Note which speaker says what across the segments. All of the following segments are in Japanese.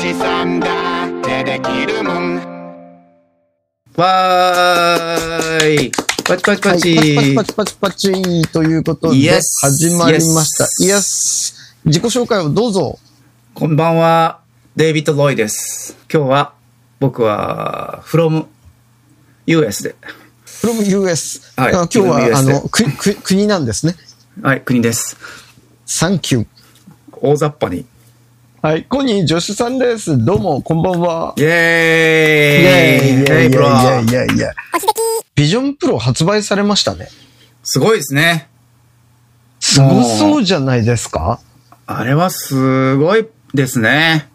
Speaker 1: じさんだってできるもん
Speaker 2: わーい。パチパチパチ。
Speaker 3: はいパチパチパチパチパチということで、
Speaker 2: Yes
Speaker 3: 始まりました。
Speaker 2: Yes
Speaker 3: イエス自己紹介をどうぞ。
Speaker 2: こんばんは。デイビッド・ロイです。今日は、僕は、from US で。
Speaker 3: from US。
Speaker 2: はい
Speaker 3: あの今日
Speaker 2: from
Speaker 3: は、あ
Speaker 2: US で
Speaker 3: の、く、く、国なんですね。
Speaker 2: はい、国です。
Speaker 3: サンキュー。
Speaker 2: 大雑把に。
Speaker 3: はい、コニー、ジョシュさんです。どうも、こんばんは。
Speaker 2: イェーイイェ
Speaker 3: イェイイェイイェイイ
Speaker 2: ブロ
Speaker 3: ェ
Speaker 2: ー
Speaker 3: イイェイイェイビジョンプロ発売されましたね。
Speaker 2: すごいですね。
Speaker 3: すごそうじゃないですか
Speaker 2: あれはすごいですね。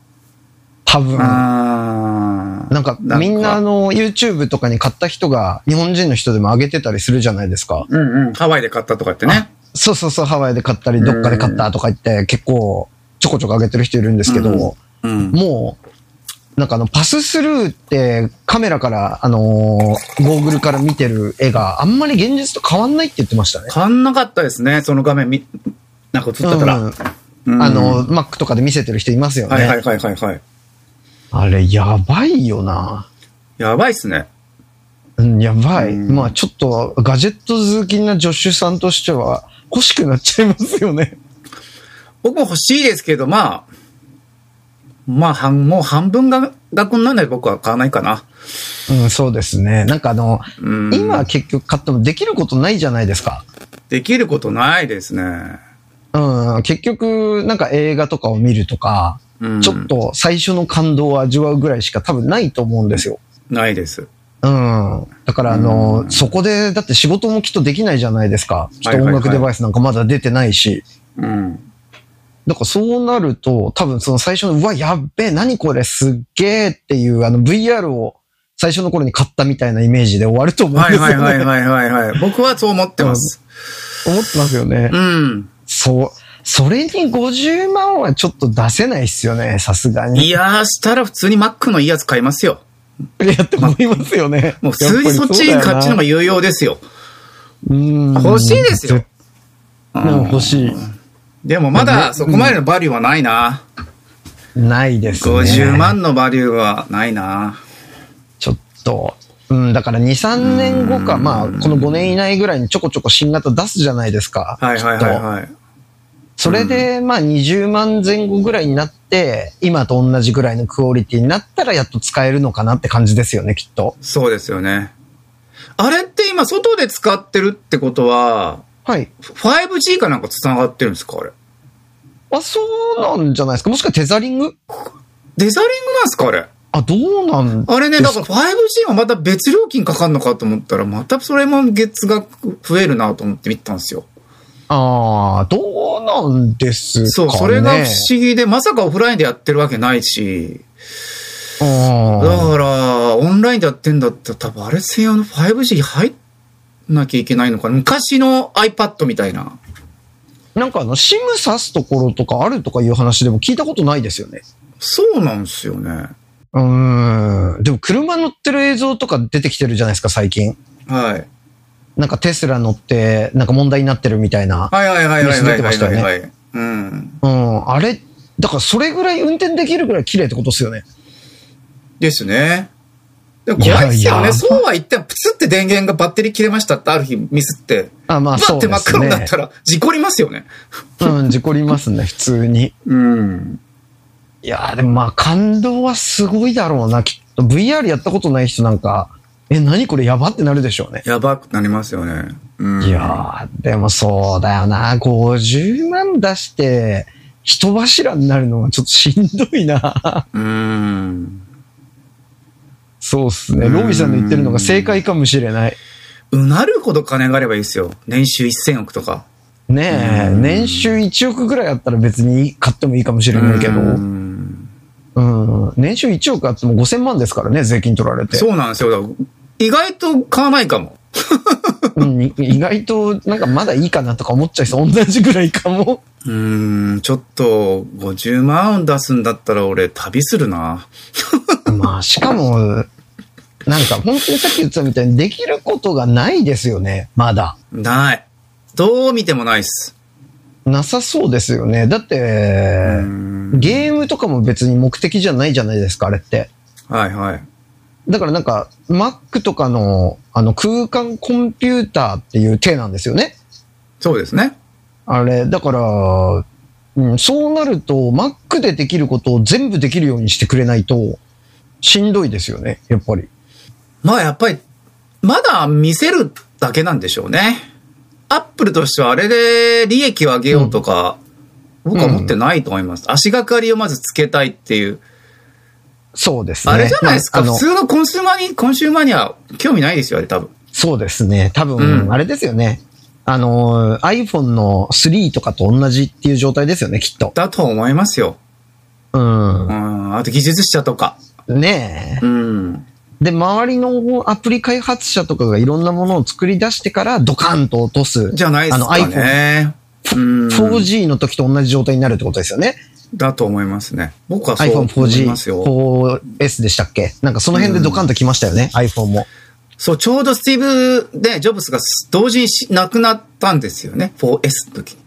Speaker 3: 多分。
Speaker 2: あー
Speaker 3: なんか、みんなあ、の、YouTube とかに買った人が、日本人の人でも上げてたりするじゃないですか。
Speaker 2: うんうん、ハワイで買ったとか言ってね。
Speaker 3: そうそうそう、ハワイで買ったり、どっかで買ったとか言って、結構、ちょこちょこ上げてる人いるんですけど、
Speaker 2: うん。
Speaker 3: もう、なんかあの、パススルーって、カメラから、あのーゴーグルから見てる絵があんまり現実と変わんないって言ってましたね。
Speaker 2: 買んなかったですね、その画面み、なんか映ったから。
Speaker 3: うん
Speaker 2: うん
Speaker 3: あの、Mac とかで見せてる人いますよね。
Speaker 2: はいはいはいはいはい。
Speaker 3: あれ、やばいよな。
Speaker 2: やばいっすね。
Speaker 3: うん、やばい。
Speaker 2: うん
Speaker 3: まあ、ちょっと、ガジェット好きな助手さんとしては、欲しくなっちゃいますよね。
Speaker 2: 僕も欲しいですけど、まあ、まあ、半もう半分が額になるので僕は買わないかな。
Speaker 3: うん、そうですね。なんかあの、
Speaker 2: うん
Speaker 3: 今結局買ってもできることないじゃないですか。
Speaker 2: できることないですね。
Speaker 3: うん、結局、なんか映画とかを見るとか、
Speaker 2: うん
Speaker 3: ちょっと最初の感動を味わうぐらいしか多分ないと思うんですよ。
Speaker 2: ないです。
Speaker 3: うん。だからあの、
Speaker 2: うん
Speaker 3: そこで、だって仕事もきっとできないじゃないですか。きっと音
Speaker 2: はいはいは
Speaker 3: 楽
Speaker 2: い
Speaker 3: デバイスなんかまだ出てないし。
Speaker 2: うん。
Speaker 3: だからそうなると、多分その最初の、うわ、やっべえ、何これ、すっげえっていう、あの VR を最初の頃に買ったみたいなイメージで終わると思うん
Speaker 2: は
Speaker 3: で
Speaker 2: い
Speaker 3: すよ
Speaker 2: は
Speaker 3: ね。
Speaker 2: いはいはいはいはい。 僕はそう思ってます。
Speaker 3: 思ってますよね。
Speaker 2: うん。
Speaker 3: そう。それに50万はちょっと出せないっすよね、さすがに。
Speaker 2: いやー、したら普通に Mac のいいやつ買いますよ。
Speaker 3: いやって思いますよね。
Speaker 2: もう普通にそっちに買っちのが有用ですよ。
Speaker 3: 欲
Speaker 2: 欲しいですよ。。
Speaker 3: うんもう欲しい。
Speaker 2: でもまだそこまでのバリューはないな。
Speaker 3: ないですね。
Speaker 2: 50万のバリューはないな。
Speaker 3: ちょっと。うん、だから2、3年後か、まあ、この5年以内ぐらいにちょこちょこ新型出すじゃないですか。
Speaker 2: はいはいはい
Speaker 3: きっと
Speaker 2: はい。
Speaker 3: それで、まあ、20万前後ぐらいになって、今と同じぐらいのクオリティになったら、やっと使えるのかなって感じですよね、きっと。
Speaker 2: そうですよね。あれって今、外で使ってるってことは、
Speaker 3: はい。
Speaker 2: 5G かなんか繋がってるんですかあれ。
Speaker 3: あ、そうなんじゃないですか。もしくはテザリング
Speaker 2: デザリングなんですかあれ。
Speaker 3: あ、どうなん
Speaker 2: あれね、
Speaker 3: で
Speaker 2: だ
Speaker 3: す
Speaker 2: から 5G はまた別料金かかんのかと思ったら、またそれも月額増えるなと思って見てたんですよ。
Speaker 3: ああ、どうなんですかね。
Speaker 2: そう、それが不思議で、まさかオフラインでやってるわけないし、だ
Speaker 3: あ
Speaker 2: から、オンラインでやってんだったら、多分あれ専用の 5G 入んなきゃいけないのかな。昔の iPad みたいな。
Speaker 3: ーなんかあの、シム刺すところとかあるとかいう話でも聞いたことないですよね。
Speaker 2: そうなんですよね。
Speaker 3: うーん。でも車乗ってる映像とか出てきてるじゃないですか、最近。
Speaker 2: はい。
Speaker 3: なんかテスラ乗って、なんか問題になってるみたいな。
Speaker 2: はいはいはいはいはい
Speaker 3: ニュース出てま
Speaker 2: は
Speaker 3: し
Speaker 2: い
Speaker 3: たよ
Speaker 2: はい、
Speaker 3: ね
Speaker 2: はいうん。
Speaker 3: うん。あれ、だからそれぐらい運転できるぐらい綺麗ってことですよね。
Speaker 2: ですね。でも怖いですよ
Speaker 3: いやい
Speaker 2: ね。
Speaker 3: や
Speaker 2: そうは言っても、プツって電源がバッテリー切れましたってある日ミスって、
Speaker 3: あ、ま
Speaker 2: バ
Speaker 3: あそ
Speaker 2: ッ
Speaker 3: う
Speaker 2: て
Speaker 3: で
Speaker 2: 真っ
Speaker 3: す
Speaker 2: 黒にな
Speaker 3: ね
Speaker 2: っ。たら事故りますよね。
Speaker 3: うん、事故りますね、普通に。
Speaker 2: うん。
Speaker 3: いやーでもまあ感動はすごいだろうな、きっと。VR やったことない人なんか、え、何これやばってなるでしょうね。
Speaker 2: やばくなりますよね。うん。
Speaker 3: いやー、でもそうだよな。50万出して、人柱になるのはちょっとしんどいな。
Speaker 2: うん。
Speaker 3: そうっすね。ロビーさんの言ってるのが正解かもしれない。
Speaker 2: うなるほど金があればいいですよ。年収1000億とか。
Speaker 3: ねえ、
Speaker 2: うん
Speaker 3: 年収1億ぐらいあったら別に買ってもいいかもしれないけど、
Speaker 2: う
Speaker 3: うん
Speaker 2: ん。
Speaker 3: 年収1億あっても5000万ですからね、税金取られて。
Speaker 2: そうなんですよ。だから意外と買わないかも。
Speaker 3: うんい意外となんかまだいいかなとか思っちゃいそう。同じぐらいかも。
Speaker 2: うーん、ちょっと、50万出すんだったら俺、旅するな。
Speaker 3: まあ、しかも、なんか本当にさっき言ってたみたいにできることがないですよね、まだ。
Speaker 2: ない。どう見てもないっす。
Speaker 3: なさそうですよね。だって、
Speaker 2: うん
Speaker 3: ゲームとかも別に目的じゃないじゃないですか、あれって。
Speaker 2: はいはい。
Speaker 3: だからなんか、Mac とかの、あの、空間コンピューターっていう体なんですよね。
Speaker 2: そうですね。
Speaker 3: あれ、だから、うん、そうなると、Mac でできることを全部できるようにしてくれないと、しんどいですよね、やっぱり。
Speaker 2: まあやっぱり、まだ見せるだけなんでしょうね。アップルとしてはあれで利益を上げようとか、僕は思ってないと思います。足がかりをまずつけたいっていう。
Speaker 3: そうですね。
Speaker 2: あれじゃないですか、
Speaker 3: まああ
Speaker 2: 普
Speaker 3: の
Speaker 2: 通のコンシューマーに、コンシューマーには興味ないですよ、あれ多分。
Speaker 3: そうですね。多
Speaker 2: う
Speaker 3: 分、
Speaker 2: ん
Speaker 3: あれですよね。あの、iPhone の3とかと同じっていう状態ですよね、きっと。
Speaker 2: だと思いますよ。
Speaker 3: うん
Speaker 2: う。ん、あと技術者とか。
Speaker 3: ね
Speaker 2: うん。
Speaker 3: え。で、周りのアプリ開発者とかがいろんなものを作り出してからドカンと落とす。
Speaker 2: じゃないですか
Speaker 3: あの iPhone。
Speaker 2: ね。うん。
Speaker 3: 4G の時と同じ状態になるってことですよね。
Speaker 2: だと思いますね。僕はそう
Speaker 3: iPhone
Speaker 2: 思います
Speaker 3: 4G、
Speaker 2: よ。
Speaker 3: 4S でしたっけなんかその辺でドカンと来ましたよね、iPhone も。
Speaker 2: そう、ちょうどスティーブ、ね、ジョブスが同時にし亡くなったんですよね。4S の時に。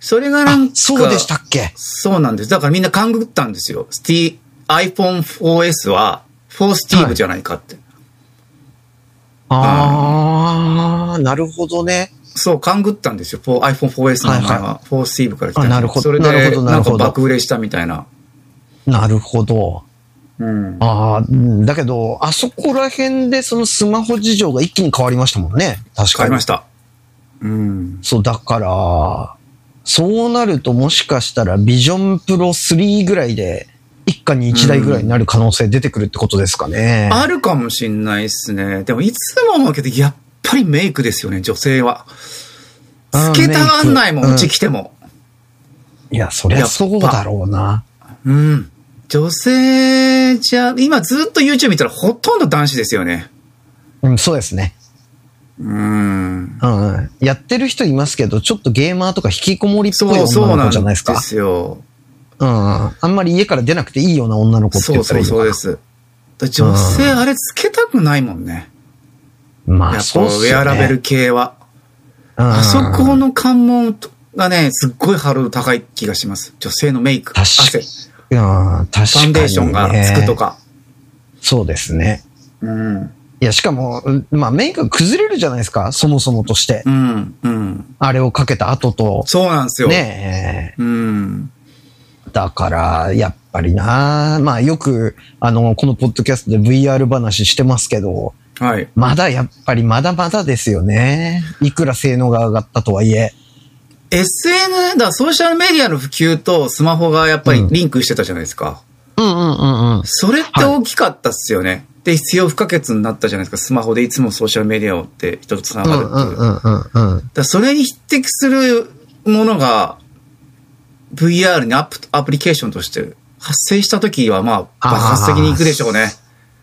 Speaker 2: それがな
Speaker 3: あ
Speaker 2: んか、
Speaker 3: そうでしたっけ
Speaker 2: そうなんです。だからみんな勘ぐったんですよ。スティ iPhone4S は、4スティーブじゃないかって。
Speaker 3: あー、なるほどね。
Speaker 2: そう、勘ぐったんですよ。4 iPhone4S の名前
Speaker 3: はい
Speaker 2: は、4スティーブから来たん
Speaker 3: あ
Speaker 2: ですよ
Speaker 3: なるほど
Speaker 2: それ
Speaker 3: なる
Speaker 2: で、
Speaker 3: ほど
Speaker 2: な
Speaker 3: なんる
Speaker 2: か
Speaker 3: ほど
Speaker 2: 爆売れしたみたいな。
Speaker 3: なるほど。
Speaker 2: うん。
Speaker 3: ああ、うんだけど、あそこら辺でそのスマホ事情が一気に変わりましたもんね。確
Speaker 2: 変
Speaker 3: か
Speaker 2: わり
Speaker 3: に
Speaker 2: ま。した。うん。
Speaker 3: そう、だから、そうなるともしかしたらビジョンプロ3ぐらいで、一家に一台ぐらいになる可能性出てくるってことですかね。
Speaker 2: あるかもしんないですね。でも、いつも思うけど、やっぱりメイクですよね、女性は。
Speaker 3: う
Speaker 2: つ
Speaker 3: ん
Speaker 2: けたがんないも
Speaker 3: メイ
Speaker 2: ん、
Speaker 3: ク
Speaker 2: うち来ても。
Speaker 3: いや、そりゃそうだろうな。
Speaker 2: うん。女性じゃ、今ずっと YouTube 見たらほとんど男子ですよね。
Speaker 3: うん、そうですね。
Speaker 2: うん。
Speaker 3: うんうん。やってる人いますけど、ちょっとゲーマーとか引きこもりっぽい
Speaker 2: そう、そう
Speaker 3: 女の
Speaker 2: な
Speaker 3: 子
Speaker 2: ん
Speaker 3: じゃな
Speaker 2: で
Speaker 3: いですか。
Speaker 2: すよ。
Speaker 3: うんうん。あんまり家から出なくていいような女の子って
Speaker 2: そ
Speaker 3: 言
Speaker 2: う
Speaker 3: った
Speaker 2: そ
Speaker 3: らいういのか
Speaker 2: そう
Speaker 3: な
Speaker 2: です。だ女性、あれつけたくないもんね。やっ
Speaker 3: まあ、
Speaker 2: ぱウ
Speaker 3: そうっす
Speaker 2: ェア
Speaker 3: よね
Speaker 2: ラベル系は。
Speaker 3: うん
Speaker 2: あそこの関門がね、すっごいハードル高い気がします。女性のメイク、
Speaker 3: 確か
Speaker 2: 汗、
Speaker 3: に
Speaker 2: フ。
Speaker 3: いやー確かに、ね。
Speaker 2: ァンデーションがつくと。か。
Speaker 3: そうですね。
Speaker 2: うん。
Speaker 3: いや、しかも、うんまあ、メイクが崩れるじゃないですか、そもそもとして
Speaker 2: う。ん。うん。
Speaker 3: あれをかけた後と。
Speaker 2: そうなんですよ。
Speaker 3: ね
Speaker 2: うん。
Speaker 3: え。だから、やっぱりなまあ、よく、あの、このポッドキャストで VR 話してますけど、
Speaker 2: はい。
Speaker 3: まだやっぱりまだまだですよね。いくら性能が上がったとはいえ。
Speaker 2: SN、だ、ソーシャルメディアの普及とスマホがやっぱりリンクしてたじゃないですか。
Speaker 3: うんうんうんうん。
Speaker 2: それって大きかったっすよね。で、必要不可欠になったじゃないですか。スマホでいつもソーシャルメディアをって人と繋
Speaker 3: う
Speaker 2: がる
Speaker 3: ん
Speaker 2: っていう。
Speaker 3: うんう
Speaker 2: だか
Speaker 3: んうんうん。
Speaker 2: らそれに匹敵するものが VR にアプアプリケーションとして発生した時はまあ爆発的にいくでしょうね。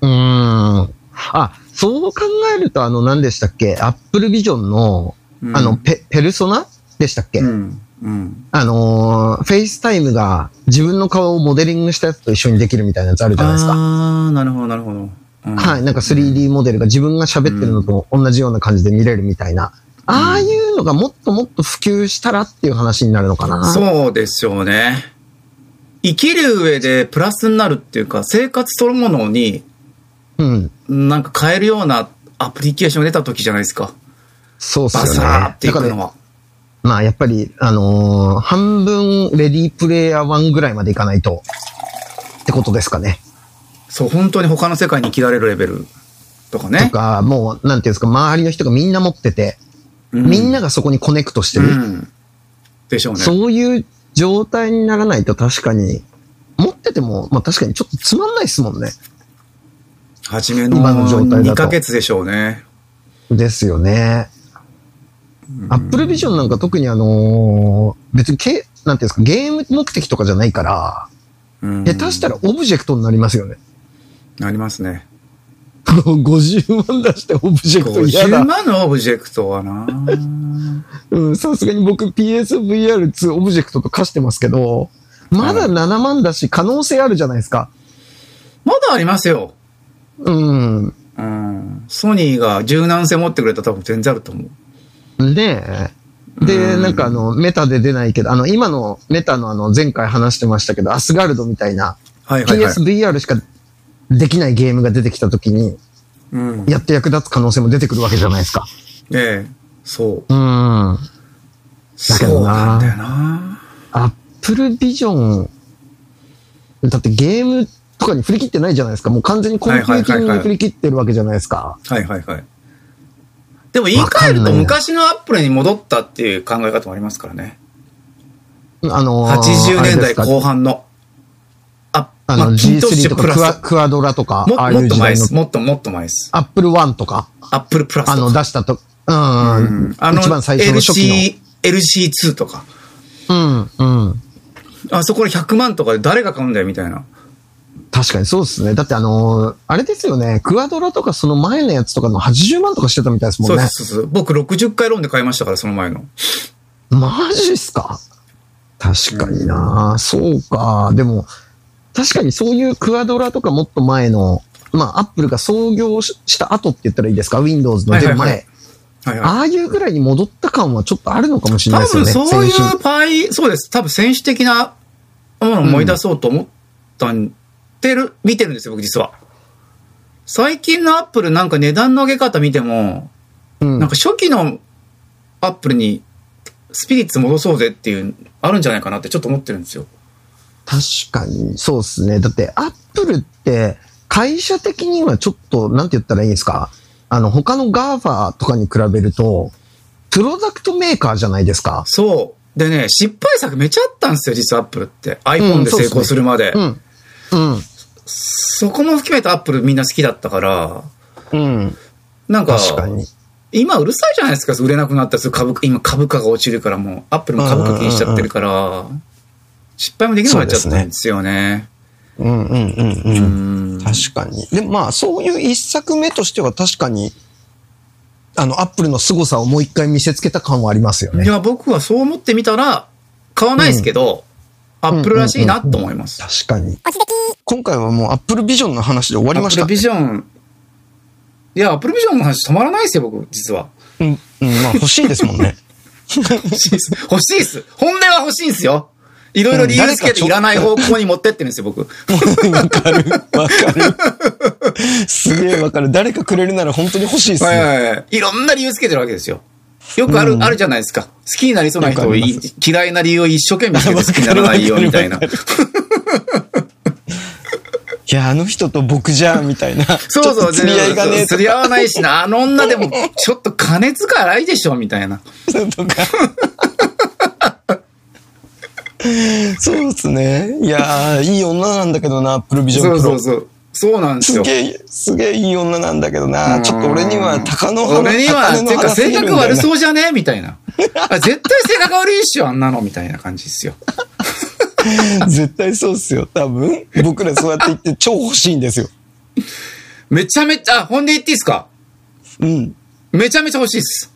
Speaker 3: うーん。あ、そう考えると、あの、何でしたっけアップルビジョンの、
Speaker 2: うん
Speaker 3: あの、ペ、ペルソナでしたっけ、
Speaker 2: うん。うん。
Speaker 3: あのー、フェイスタイムが自分の顔をモデリングしたやつと一緒にできるみたいなやつあるじゃないですか。
Speaker 2: ああ、なるほど、なるほど。うん
Speaker 3: はい。なんか 3D モデルが自分が喋ってるのと同じような感じで見れるみたいな。ああいうのがもっともっと普及したらっていう話になるのかな。
Speaker 2: そうでしょうね。生きる上でプラスになるっていうか、生活そのものに
Speaker 3: うん。
Speaker 2: なんか変えるようなアプリケーションが出た時じゃないですか。
Speaker 3: そうっすよ
Speaker 2: バ
Speaker 3: ね。
Speaker 2: サーってい
Speaker 3: だ
Speaker 2: くの
Speaker 3: から、
Speaker 2: は。
Speaker 3: まあやっぱり、あのー半分レディープレイヤー1ぐらいまでいかないと。ってことですかね。
Speaker 2: そう、本当に他の世界に生きられるレベルとか
Speaker 3: と
Speaker 2: ね。
Speaker 3: か、もう、なんていうんですか、周りの人がみんな持ってて、
Speaker 2: う
Speaker 3: みんながそこにコネクトして
Speaker 2: う
Speaker 3: る。
Speaker 2: ん。でしょうね。
Speaker 3: そういう状態にならないと確かに、持ってても、まあ確かにちょっとつまんないですもんね。
Speaker 2: 初めの
Speaker 3: 今の状態だと
Speaker 2: 2ヶ月でしょうね。
Speaker 3: ですよね。アップルビジョンなんか特にあのー別にけ、なんていうんですか、ゲーム目的とかじゃないから、
Speaker 2: うん
Speaker 3: 下手したらオブジェクトになりますよね。
Speaker 2: なりますね。
Speaker 3: 50万出してオブジェクト嫌
Speaker 2: 50
Speaker 3: だ。
Speaker 2: 万のオブジェクトはな
Speaker 3: うん、さすがに僕 PSVR2 オブジェクトと化してますけど、まだ7万だし可能性あるじゃないですか。
Speaker 2: まだありますよ。
Speaker 3: うん。
Speaker 2: うん。ソニーが柔軟性持ってくれたら多分全然あると思う。
Speaker 3: で、で、
Speaker 2: うん
Speaker 3: なんかあの、メタで出ないけど、あの、今のメタのあの、前回話してましたけど、アスガルドみたいな、
Speaker 2: はいはいはい。
Speaker 3: PSVR しかできないゲームが出てきた時に、
Speaker 2: うん。
Speaker 3: やって役立つ可能性も出てくるわけじゃないですか。
Speaker 2: ええ。そう。
Speaker 3: うん。だ
Speaker 2: そ
Speaker 3: けど
Speaker 2: うな
Speaker 3: なん
Speaker 2: だよな。
Speaker 3: アップルビジョン、だってゲームとかに振り切ってないじゃないですか。もう完全にコンピューティングに振り切ってるわけじゃないですか。
Speaker 2: はいはいはい。でも言い換える
Speaker 3: わ
Speaker 2: と
Speaker 3: かんない
Speaker 2: 昔のアップルに戻ったっていう考え方もありますからね。
Speaker 3: あのー、
Speaker 2: 80年
Speaker 3: あれです
Speaker 2: 代
Speaker 3: か
Speaker 2: 後半の。あ、
Speaker 3: あ
Speaker 2: まあ
Speaker 3: の、
Speaker 2: キントッシ
Speaker 3: G3
Speaker 2: ュ
Speaker 3: と
Speaker 2: プ
Speaker 3: か
Speaker 2: ラ
Speaker 3: クワ
Speaker 2: ス。
Speaker 3: クワドラとか、
Speaker 2: も
Speaker 3: ああい
Speaker 2: もっ
Speaker 3: う
Speaker 2: と
Speaker 3: 時
Speaker 2: 前で
Speaker 3: 代の
Speaker 2: す。もっともっと前です。
Speaker 3: アップル1とか、
Speaker 2: アップルプラス
Speaker 3: あ
Speaker 2: と
Speaker 3: の、
Speaker 2: か。
Speaker 3: 出したと、うん、
Speaker 2: うんあの、
Speaker 3: 一番最初の初期
Speaker 2: LC、LC2 とか。
Speaker 3: の。うん、うん。
Speaker 2: あそこで100万とかで誰が買うんだよみたいな。
Speaker 3: 確かにそうですね。だってあのーあれですよね、クワドラとかその前のやつとかの80万とかしてたみたいですも
Speaker 2: そ
Speaker 3: ん
Speaker 2: うで
Speaker 3: ね。
Speaker 2: すそうです。僕60回ローンで買いましたから、その前の。
Speaker 3: マジっすか確かにな、そうか。でも、確かにそういうクワドラとかもっと前の、まあ、アップルが創業しした後って言ったらいいですか ?Windows の出る前。
Speaker 2: はいはいはいはい。
Speaker 3: ああいうぐらいに戻った感はちょっとあるのかもしれ
Speaker 2: 多
Speaker 3: ないです
Speaker 2: 分
Speaker 3: よね。
Speaker 2: そうい
Speaker 3: 先
Speaker 2: うパイ、そうです。多分選手的なものを思い出そうと思ったん、てる、見てるんですよ、僕実は。最近のアップルなんか値段の上げ方見ても、
Speaker 3: 進うん
Speaker 2: なんか初期のアップルにスピリッツ戻そうぜっていう、あるんじゃないかなってちょっと思ってるんですよ。
Speaker 3: 確かに、そうですね。だって、アップルって、会社的にはちょっと、なんて言ったらいいんですかあの、他のガーファーとかに比べると、プロダクトメーカーじゃないですか。
Speaker 2: そう。でね、失敗作めちゃあったんですよ、実はアップルって。iPhone で
Speaker 3: そう
Speaker 2: 成
Speaker 3: ですね
Speaker 2: 功するまで。
Speaker 3: うん。うん。
Speaker 2: そこも含めてアップルみんな好きだったから、
Speaker 3: うん。
Speaker 2: なんか、
Speaker 3: 確かに。
Speaker 2: 今うるさいじゃないですか、売れなくなったらすぐ株価、今株価が落ちるからもう、アップルも株価気にしちゃってるから、失敗もできなくなっちゃったんですよね。
Speaker 3: うんうんうん
Speaker 2: う
Speaker 3: うん。
Speaker 2: ん。
Speaker 3: 確かに。でもまあ、そういう一作目としては確かに、あの、アップルの凄さをもう一回見せつけた感はありますよ
Speaker 2: い
Speaker 3: ね。
Speaker 2: や、僕はそう思ってみたら、買わないですけど、アップルらしいなと思います。
Speaker 3: 確かに。今回はもうアップルビジョンの話で終わり
Speaker 2: ア
Speaker 3: ま
Speaker 2: ッ
Speaker 3: し
Speaker 2: プル
Speaker 3: た。
Speaker 2: ビジョン、いや、アップルビジョンの話止まらないですよ、僕、実は。
Speaker 3: うん、うん、まあ欲しいですもんね。
Speaker 2: 欲しいです。欲しいです。本音は欲しいんですよ。いろいろ理由つけていらない方向に持ってってるんですよ、僕。
Speaker 3: わかる。わかる。 すげえわかる。誰かくれるなら本当に欲しいっす
Speaker 2: はい
Speaker 3: ね。
Speaker 2: はいはい。いろんな理由つけてるわけですよ。よくある、
Speaker 3: うん
Speaker 2: あるじゃないですか。好きになりそうな人
Speaker 3: よく
Speaker 2: を
Speaker 3: あり
Speaker 2: い
Speaker 3: ます
Speaker 2: 嫌いな理由を一生懸命つけて好きにならない よみたいな
Speaker 3: わか。るいや、あの人と僕じゃ、みたい な。
Speaker 2: そう
Speaker 3: ちょっ
Speaker 2: そう、
Speaker 3: と釣り合いがねえと
Speaker 2: 釣り合わないしな。あの女でも、ちょっと金遣い荒いでしょみたい な。
Speaker 3: とか。そうっすね。いやー、いい女なんだけどな、アップルビジョン
Speaker 2: そ
Speaker 3: プ
Speaker 2: う
Speaker 3: ロ。
Speaker 2: そうそう。そうなんです
Speaker 3: す
Speaker 2: よ。
Speaker 3: げえ、すげえいい女なんだけどな。ちょっと俺には鷹の花。
Speaker 2: 俺には、
Speaker 3: 鷹
Speaker 2: っ
Speaker 3: の
Speaker 2: ていうか
Speaker 3: 花す
Speaker 2: 性
Speaker 3: ぎるんだ
Speaker 2: 格
Speaker 3: よな
Speaker 2: 悪そうじゃねみたいな。あ絶対性格悪いっしょ、あんなの、みたいな感じですよ。
Speaker 3: 絶対そうっすよ。多分、僕らそうやって言って超欲しいんですよ。
Speaker 2: めちゃめちゃ、あ、ほんで言っていいですか
Speaker 3: うん。
Speaker 2: めちゃめちゃ欲しいです。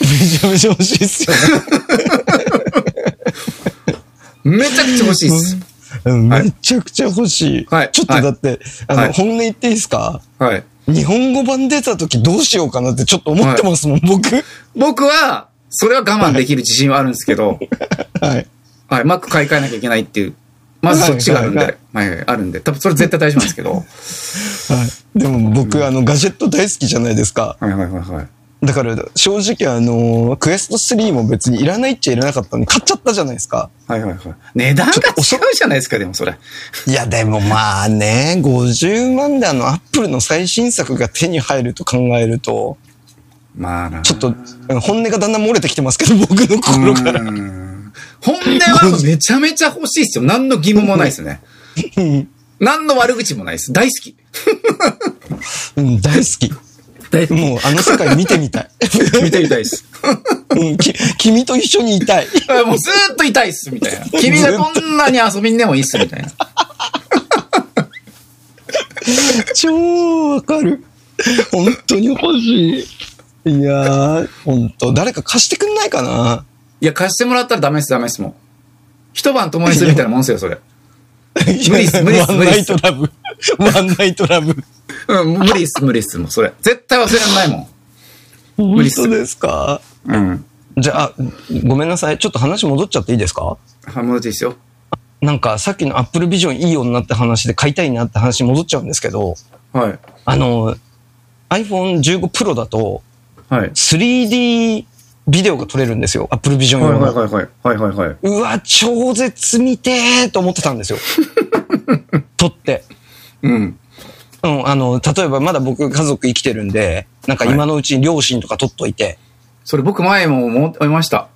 Speaker 3: めちゃめちゃ欲しいっすよね。
Speaker 2: めちゃくちゃ欲しいです。
Speaker 3: うん
Speaker 2: はい
Speaker 3: めちゃくちゃ欲しい。
Speaker 2: はい
Speaker 3: ちょっとだって、あの、
Speaker 2: はい
Speaker 3: 本音言っていいですか
Speaker 2: はい。
Speaker 3: 日本語版出た時どうしようかなってちょっと思ってますもん、僕。
Speaker 2: 僕は、それは我慢できる自信はあるんですけど、
Speaker 3: はい。
Speaker 2: はい、Mac 買い替えなきゃいけないっていう、まずそっちがあるん
Speaker 3: はいは
Speaker 2: で、はい、あるんで、多分それ絶対大事なん ですけど、
Speaker 3: はい。でも僕、あの、ガジェット大好きじゃないですか。
Speaker 2: はいはいはいはい。
Speaker 3: だから、正直あの、クエスト3も別にいらないっちゃいらなかったんで、買っちゃったじゃないですか。
Speaker 2: はいはいはい。値段が違うじゃないですか、でもそれ。
Speaker 3: いや、でもまあね、50万であの、アップルの最新作が手に入ると考えると、
Speaker 2: まあな。
Speaker 3: ちょっと、本音がだんだん漏れてきてますけど、僕の心
Speaker 2: う
Speaker 3: から。
Speaker 2: ん本音はめちゃめちゃ欲しいですよ。何の疑問もないですね。何の悪口もないです。大好き。
Speaker 3: うん、大好き。
Speaker 2: 大好き。
Speaker 3: もうあの世界見てみたい。
Speaker 2: 見てみたい です。
Speaker 3: うん、き君と一緒にいたい。
Speaker 2: あもうずーっと痛いっす、みたいな。君がこんなに遊びにでもいいっす、みたいな。
Speaker 3: 超わかる。本当に欲しい。いやー、本当誰か貸してくんないかない
Speaker 2: や、貸してもらったらダメです、ダメです、もう。一晩共にするみたいなもんですよ、それ。無理っす無理っす
Speaker 3: ワン
Speaker 2: 無理
Speaker 3: ナ
Speaker 2: っ
Speaker 3: イ
Speaker 2: す
Speaker 3: トラブ。ワンナイトラ ブ。
Speaker 2: うん、無 理っす、無理っす、もうそれ。絶対忘れられないも
Speaker 3: 本
Speaker 2: 理っす
Speaker 3: 当ですか
Speaker 2: ん。うん。
Speaker 3: じゃあ、ごめんなさい。ちょっと話戻っちゃっていいですか
Speaker 2: はい、戻っていいですよ。
Speaker 3: なんかさっきのアップルビジョンいい女って話で買いたいなって話に戻っちゃうんですけど、
Speaker 2: はい。
Speaker 3: あの、iPhone15 Pro だと
Speaker 2: はい。
Speaker 3: 3D ビデオが撮れるんですよ。Apple Vision
Speaker 2: はい
Speaker 3: 用
Speaker 2: はい
Speaker 3: の。
Speaker 2: はいはい。はいはいはい。
Speaker 3: うわ、超絶見てーと思ってたんで すよ。撮って。
Speaker 2: うん。
Speaker 3: うん、あの、例えばまだ僕家族生きてるんで、なんか今のうちに両親とか撮っといて、
Speaker 2: それ僕前も思いました。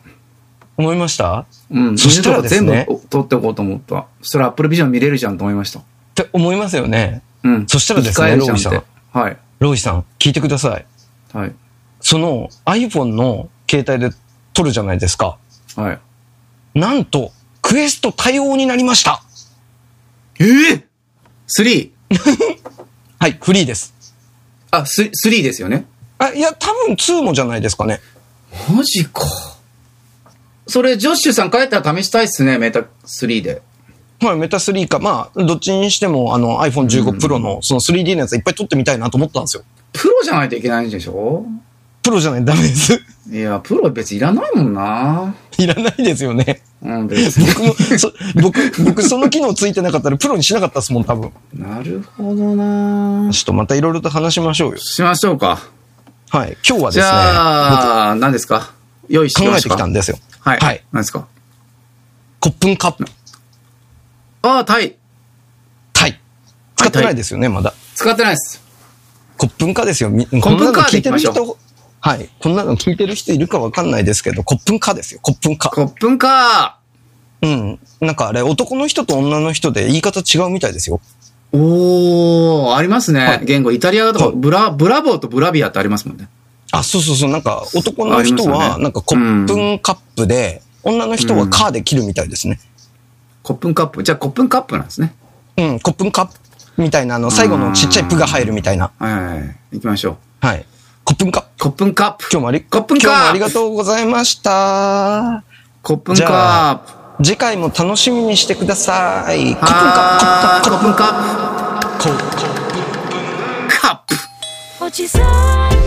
Speaker 3: 思いました
Speaker 2: うん。
Speaker 3: そしたらですね
Speaker 2: 犬とか全部取っておこうと思った。そしたら Apple Vision 見れるじゃんと思いました。
Speaker 3: って思いますよね。
Speaker 2: うん。
Speaker 3: そしたらです
Speaker 2: 生
Speaker 3: ね、
Speaker 2: き返る
Speaker 3: ロ
Speaker 2: じゃん
Speaker 3: ーイ
Speaker 2: っ
Speaker 3: さ
Speaker 2: て
Speaker 3: ん。
Speaker 2: はい。
Speaker 3: ロイさん、聞いてください。
Speaker 2: はい。
Speaker 3: その iPhone の携帯で撮るじゃないですか。
Speaker 2: はい。
Speaker 3: なんと、クエスト対応になりました。
Speaker 2: えぇ !3!
Speaker 3: はい、フリーです。
Speaker 2: あ、ス3ですよね。
Speaker 3: あ、いや、多分2もじゃないですかね。
Speaker 2: マジか。それ、ジョッシュさん帰ったら試したいっすね、メタ3で。
Speaker 3: はい、メタ3か、まあ、どっちにしても、あの、iPhone15 Pro の、その 3D のやついっぱい撮ってみたいなと思ったんですよ。
Speaker 2: プロじゃないといけないんでしょ
Speaker 3: プロじゃない、ダメです。
Speaker 2: いや、プロ別にいらないもんな。
Speaker 3: いらないですよね。
Speaker 2: うん、別に。
Speaker 3: 僕も、そ僕、僕、その機能ついてなかったら、プロにしなかったですもん、多分。
Speaker 2: なるほどな
Speaker 3: ちょっとまたいろいろと話しましょうよ。
Speaker 2: しましょうか。
Speaker 3: はい、今日は
Speaker 2: じ
Speaker 3: ですね、
Speaker 2: ゃあ、何ですか用意して
Speaker 3: 僕
Speaker 2: ま
Speaker 3: 考え
Speaker 2: してた
Speaker 3: きたんですよ。
Speaker 2: はい。
Speaker 3: はい
Speaker 2: 何ですか
Speaker 3: コップンカップ、
Speaker 2: ああ、タイ。
Speaker 3: タイ。使ってないですよね、まだ。
Speaker 2: 使ってないです。
Speaker 3: コップンカですよ。みこん
Speaker 2: コップ
Speaker 3: な
Speaker 2: ン
Speaker 3: の
Speaker 2: カー
Speaker 3: 聞
Speaker 2: でい
Speaker 3: い
Speaker 2: き
Speaker 3: て
Speaker 2: ま
Speaker 3: る
Speaker 2: しょう
Speaker 3: 人、はい。こんなの聞いてる人いるかわかんないですけど、コップンカですよ。コップンカ。
Speaker 2: コップンか
Speaker 3: うん。なんかあれ、男の人と女の人で言い方違うみたいですよ。
Speaker 2: おー、ありますね。
Speaker 3: はい
Speaker 2: 言語、イタリアと
Speaker 3: は
Speaker 2: か、
Speaker 3: い
Speaker 2: ブラ、ブラボーとブラビアってありますもんね。
Speaker 3: あ、そうそうそう。なんか男の
Speaker 2: あ
Speaker 3: 人
Speaker 2: りますよ
Speaker 3: は、
Speaker 2: ね
Speaker 3: なんかコップンカップで、女の人はカーで切るみたいですね。
Speaker 2: コップンカップ。じゃあ、コップンカップなんですね。
Speaker 3: うん、コップンカップみたいな、あの、最後のちっちゃいプが入るみたいな。
Speaker 2: はいはいはい。行きましょう。
Speaker 3: はい。コップンカップ。
Speaker 2: コップンカップ。
Speaker 3: 今日もあり、
Speaker 2: コップンカー
Speaker 3: 今日もありがとうございました。
Speaker 2: コップン
Speaker 3: じゃ
Speaker 2: カ
Speaker 3: あ
Speaker 2: ップ。
Speaker 3: 次回も楽しみにしてください。コップ
Speaker 2: はー
Speaker 3: ン
Speaker 2: い
Speaker 3: カップ、
Speaker 2: コップンカッ
Speaker 3: コップンカップ。
Speaker 2: プ。カップ。
Speaker 4: おじさん